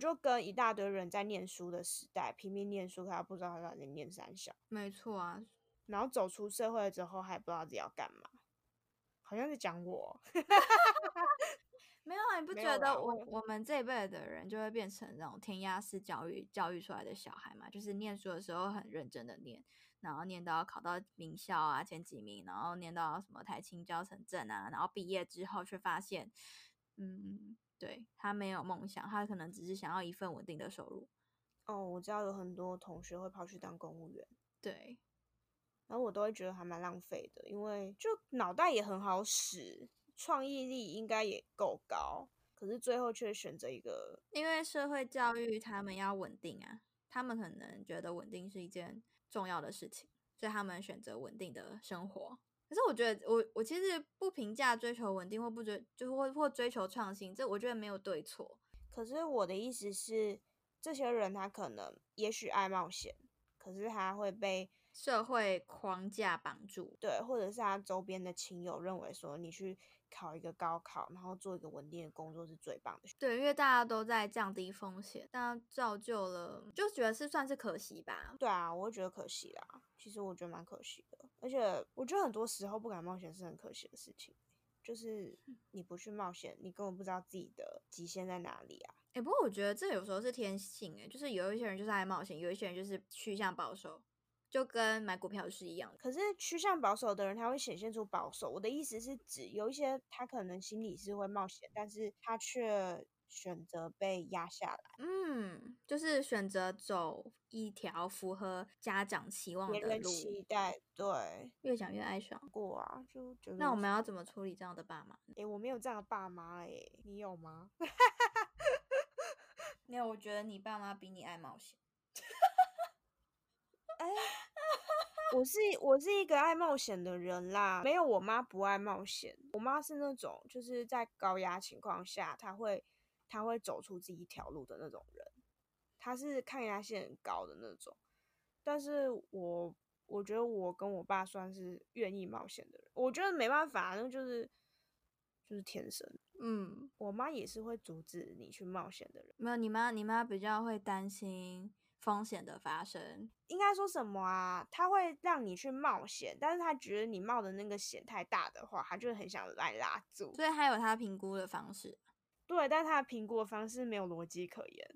就跟一大堆人在念书的时代拼命念书，可他不知道他到底念三小，没错啊，然后走出社会之后还不知道自己要干嘛，好像是讲我。没有啊，你不没觉有啦得我我我们这一辈的人就会变成那种填鸭式教育教育出来的小孩嘛？就是念书的时候很认真的念，然后念到考到名校啊前几名，然后念到什么台青交城镇啊，然后毕业之后却发现，嗯，对他没有梦想，他可能只是想要一份稳定的收入。哦，我知道有很多同学会跑去当公务员，对，然后我都会觉得还蛮浪费的，因为就脑袋也很好使，创意力应该也够高，可是最后却选择一个因为社会教育他们要稳定啊，他们可能觉得稳定是一件重要的事情，所以他们选择稳定的生活。可是我觉得我，我其实不评价追求稳定或不追，就或或追求创新，这我觉得没有对错。可是我的意思是，这些人他可能也许爱冒险，可是他会被社会框架绑住，对，或者是他周边的亲友认为说，你去考一个高考，然后做一个稳定的工作是最棒的选。对，因为大家都在降低风险，那造就了就觉得是算是可惜吧。对啊，我会觉得可惜啦。其实我觉得蛮可惜的，而且我觉得很多时候不敢冒险是很可惜的事情。就是你不去冒险，你根本不知道自己的极限在哪里啊！哎、不过我觉得这有时候是天性、欸，哎，就是有一些人就是爱冒险，有一些人就是趋向保守，就跟买股票是一样的。可是趋向保守的人，他会显现出保守。我的意思是指，有一些他可能心里是会冒险，但是他却选择被压下来。嗯，就是选择走一条符合家长期嗯望别的人路，期待，对，越讲越哀伤。过啊，就觉得那我们要怎么处理这样的爸妈？诶、我没有这样的爸妈诶、你有吗？没有，我觉得你爸妈比你爱冒险。我是我是一个爱冒险的人啦，没有我妈不爱冒险，我妈是那种就是在高压情况下，她会她会走出自己一条路的那种人，她是抗压性很高的那种，但是我我觉得我跟我爸算是愿意冒险的人，我觉得没办法，那就是就是天生，嗯，我妈也是会阻止你去冒险的人。没有，你妈你妈比较会担心风险的发生。应该说什么啊？他会让你去冒险，但是他觉得你冒的那个险太大的话，他就会很想把你拉住。所以还有他评估的方式，对，但是他的评估的方式没有逻辑可 言，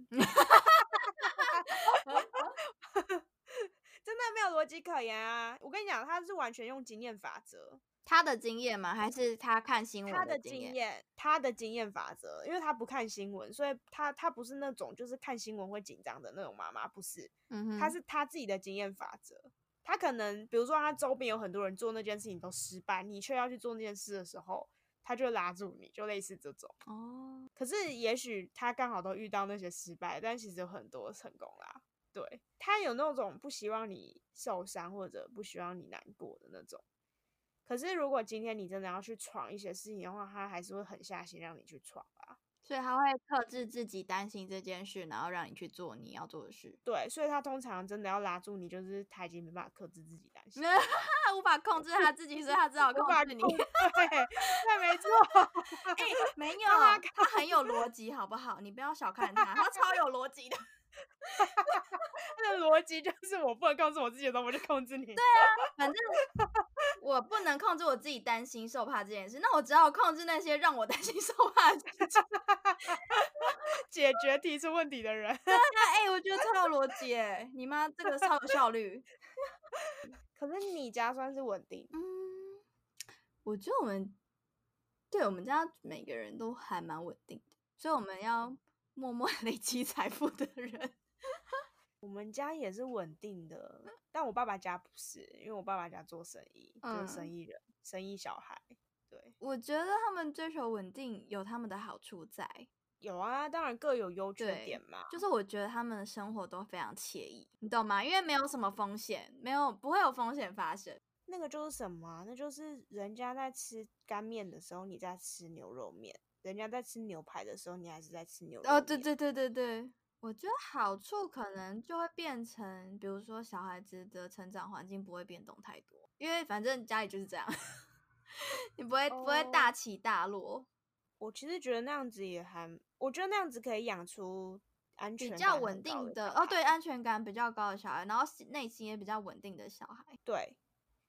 真的没有逻辑可言啊！我跟你讲，他是完全用经验法则，他的经验吗？还是他看新闻他的经经验？验，他的经验法则，因为他不看新闻，所以他他不是那种就是看新闻会紧张的那种妈妈，不是。嗯哼，他是他自己的经验法则。他可能比如说他周边有很多人做那件事情都失败，你却要去做那件事的时候，他就会拉住你，就类似这种。哦，可是也许他刚好都遇到那些失败，但其实有很多成功啦。对他有那种不希望你受伤或者不希望你难过的那种。可是如果今天你真的要去闯一些事情的话，他还是会狠下心让你去闯啊吧。所以他会克制自己担心这件事，然后让你去做你要做的 事。对，所以他通常真的要拉住你，就是他已经没办法克制自己担心了。无法控制他自己，所以他只 好无法控制你。控对，对，没 错。没有，他他很有逻辑，好不好？你不要小看他，他超有逻辑的。 他的逻辑就是我不能控制我自己的东西，我就控制你。对，反正我不能控制我自己担心受怕这件事，那我只好控制那些让我担心受怕的事情。解决提出问题的人。 那哎、我觉得超有逻辑哎，你妈这个超有效率。可是你家算是稳定，嗯，我觉得我们对我们家每个人都还蛮稳定的，所以我们要默默 累积财富的人。我们家也是稳定的，但我爸爸家不是，因为我爸爸家做生意，就是生嗯意人，生意小孩。对，我觉得他们追求稳定有他们的好处在，有啊，当然各有优缺对点嘛。就是我觉得他们的生活都非常惬意，你懂吗？因为没有什么风险，没有不会有风险发生。那个就是什么啊、那就是人家在吃干面的时候，你在吃牛肉面；人家在吃牛排的时候，你还是在吃牛肉面。哦，对对对对对，我觉得好处可能就会变成，比如说小孩子的成长环境不会变动太多，因为反正家里就是这样， 你不会、不会哦大起大落。我其实觉得那样子也还，我觉得那样子可以养出安全比感较很高稳定的的小哦，对，孩安全感比较高的小孩，然后心内心也比较稳定的小孩，对。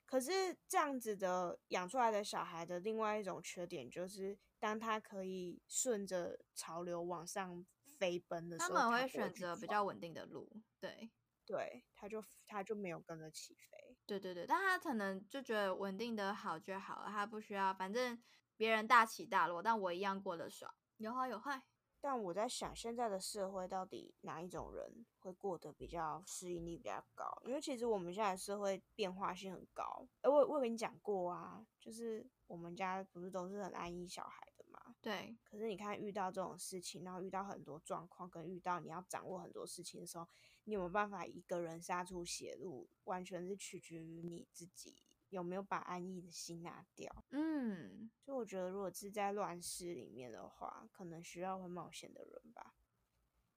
可是这样子的养出来的小孩的另外一种缺点就是，当他可以顺着潮流往上飞奔的时他候，们他会不选去择比抓较稳定的路，对。对，他就他就没有跟着起飞。对对对，但他可能就觉得稳定的好就好了，他不需要，反正别人大起大落，但我一样过得爽，有好有坏。但我在想，现在的社会到底哪一种人会过得比较适应力比较高？因为其实我们现在的社会变化性很高。哎、我我有跟你讲过啊，就是我们家不是都是很安逸小孩的嘛。对，可是你看，遇到这种事情，然后遇到很多状况，跟遇到你要掌握很多事情的时候，你有没有办法一个人杀出血路，完全是取决于你自己有没有把安逸的心拿掉。嗯，所以我觉得，如果是在乱世里面的话，可能需要会冒险的人吧。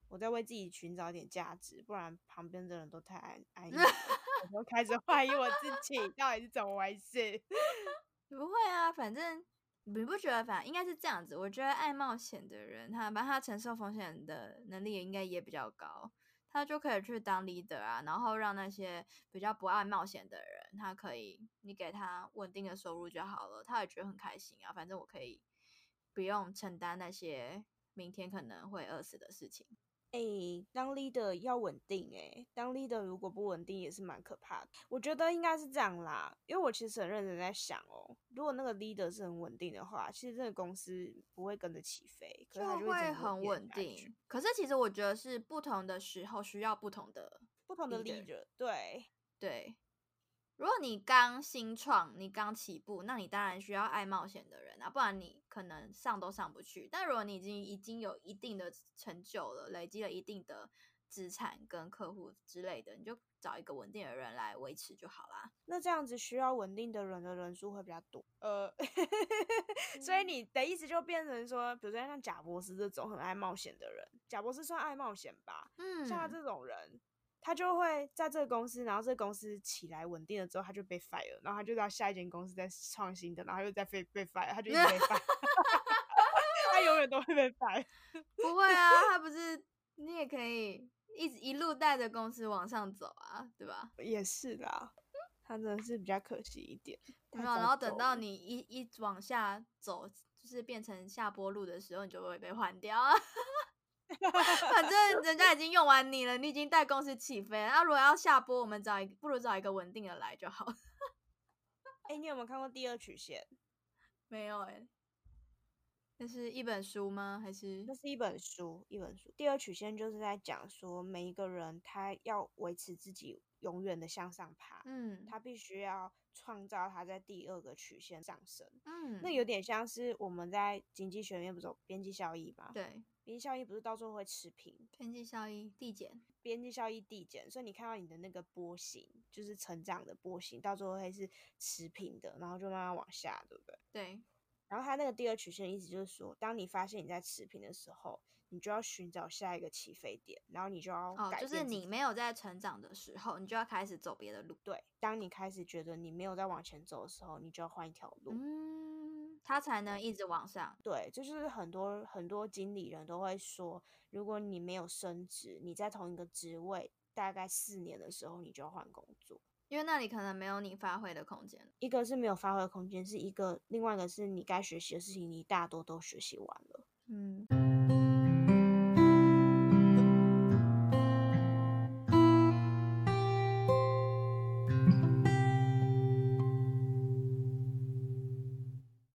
我在为自己寻找一点价值，不然旁边的人都太安安逸了，我都开始怀疑我自己到底是怎么回事。 不会啊，反正你不觉得，反正应该是这样子。我觉得爱冒险的人，他把他承受风险的能力也应该也比较高，他就可以去当 leader 啊，然后让那些比较不爱冒险的人，他可以你给他稳定的收入就好了，他也觉得很开心啊。反正我可以不用承担那些明天可能会饿死的事情。哎、当 leader 要稳定哎、当 leader 如果不稳定也是蛮可怕的。我觉得应该是这样啦，因为我其实很认真在想哦，如果那个 leader 是很稳定的话，其实这个公司不会跟着起飞，可就是它一直会很稳下去定，可是其实我觉得是不同的时候需要不同的不同的 leader leader 对，对，如果你刚新创，你刚起步，那你当然需要爱冒险的人啊，不然你可能上都上不去。但如果你已经已经有一定的成就了，累积了一定的资产跟客户之类的，你就找一个稳定的人来维持就好啦。那这样子需要稳定的人的人数会比较多，呃， 所以嗯你的意思就变成说，比如说像贾博士这种很爱冒险的人，贾博士算爱冒险吧，嗯，像他这种人，他就会在这个公司，然后这个公司起来稳定了之后，他就被 fire，然后他就到下一间公司再创新的，然后又再被被 fire，他就一直被 fire，他永远都会被 fire。不会啊，他不是你也可以一直一路带着公司往上走啊，对吧？ 也是啦，他真的是比较可惜一点。有太没有？然早后等走到了你一一直往下走，就是变成下坡路的时候，你就会被换掉 啊。反正人家已经用完你了，你已经带公司起飞了。那如果要下坡，我们找一不如找一个稳定的来就好。哎、你有没有看过《第二曲线》？ 没有哎、那是一本书吗？还是那是一本书，一本书。第二曲线就是在讲说，每一个人他要维持自己永远的向上爬，嗯他必须要创造他在第二个曲线上升。嗯那有点像是我们在经济学里面不是有边际效益吗？，对边际效益不是到最后会持平，天气效应递减？边际效益递减，所以你看到你的那个波形，就是成长的波形，到最后会是持平的，然后就慢慢往下，对不对？对，然后它那个第二曲线的意思就是说，当你发现你在持平的时候，你就要寻找下一个起飞点，然后你就要哦，改就变是自你己没有在成长的时候，你就要开始走别的路。对。当你开始觉得你没有在往前走的时候，你就要换一条路。嗯，它才能一直往上。对，这就是很多很多经理人都会说，如果你没有升职，你在同一个职位大概四年的时候，你就要换工作。因为那里可能没有你发挥的空间了。一个是没有发挥的空间，是一个；另外一个是你该学习的事情，你大多都学习完了。嗯，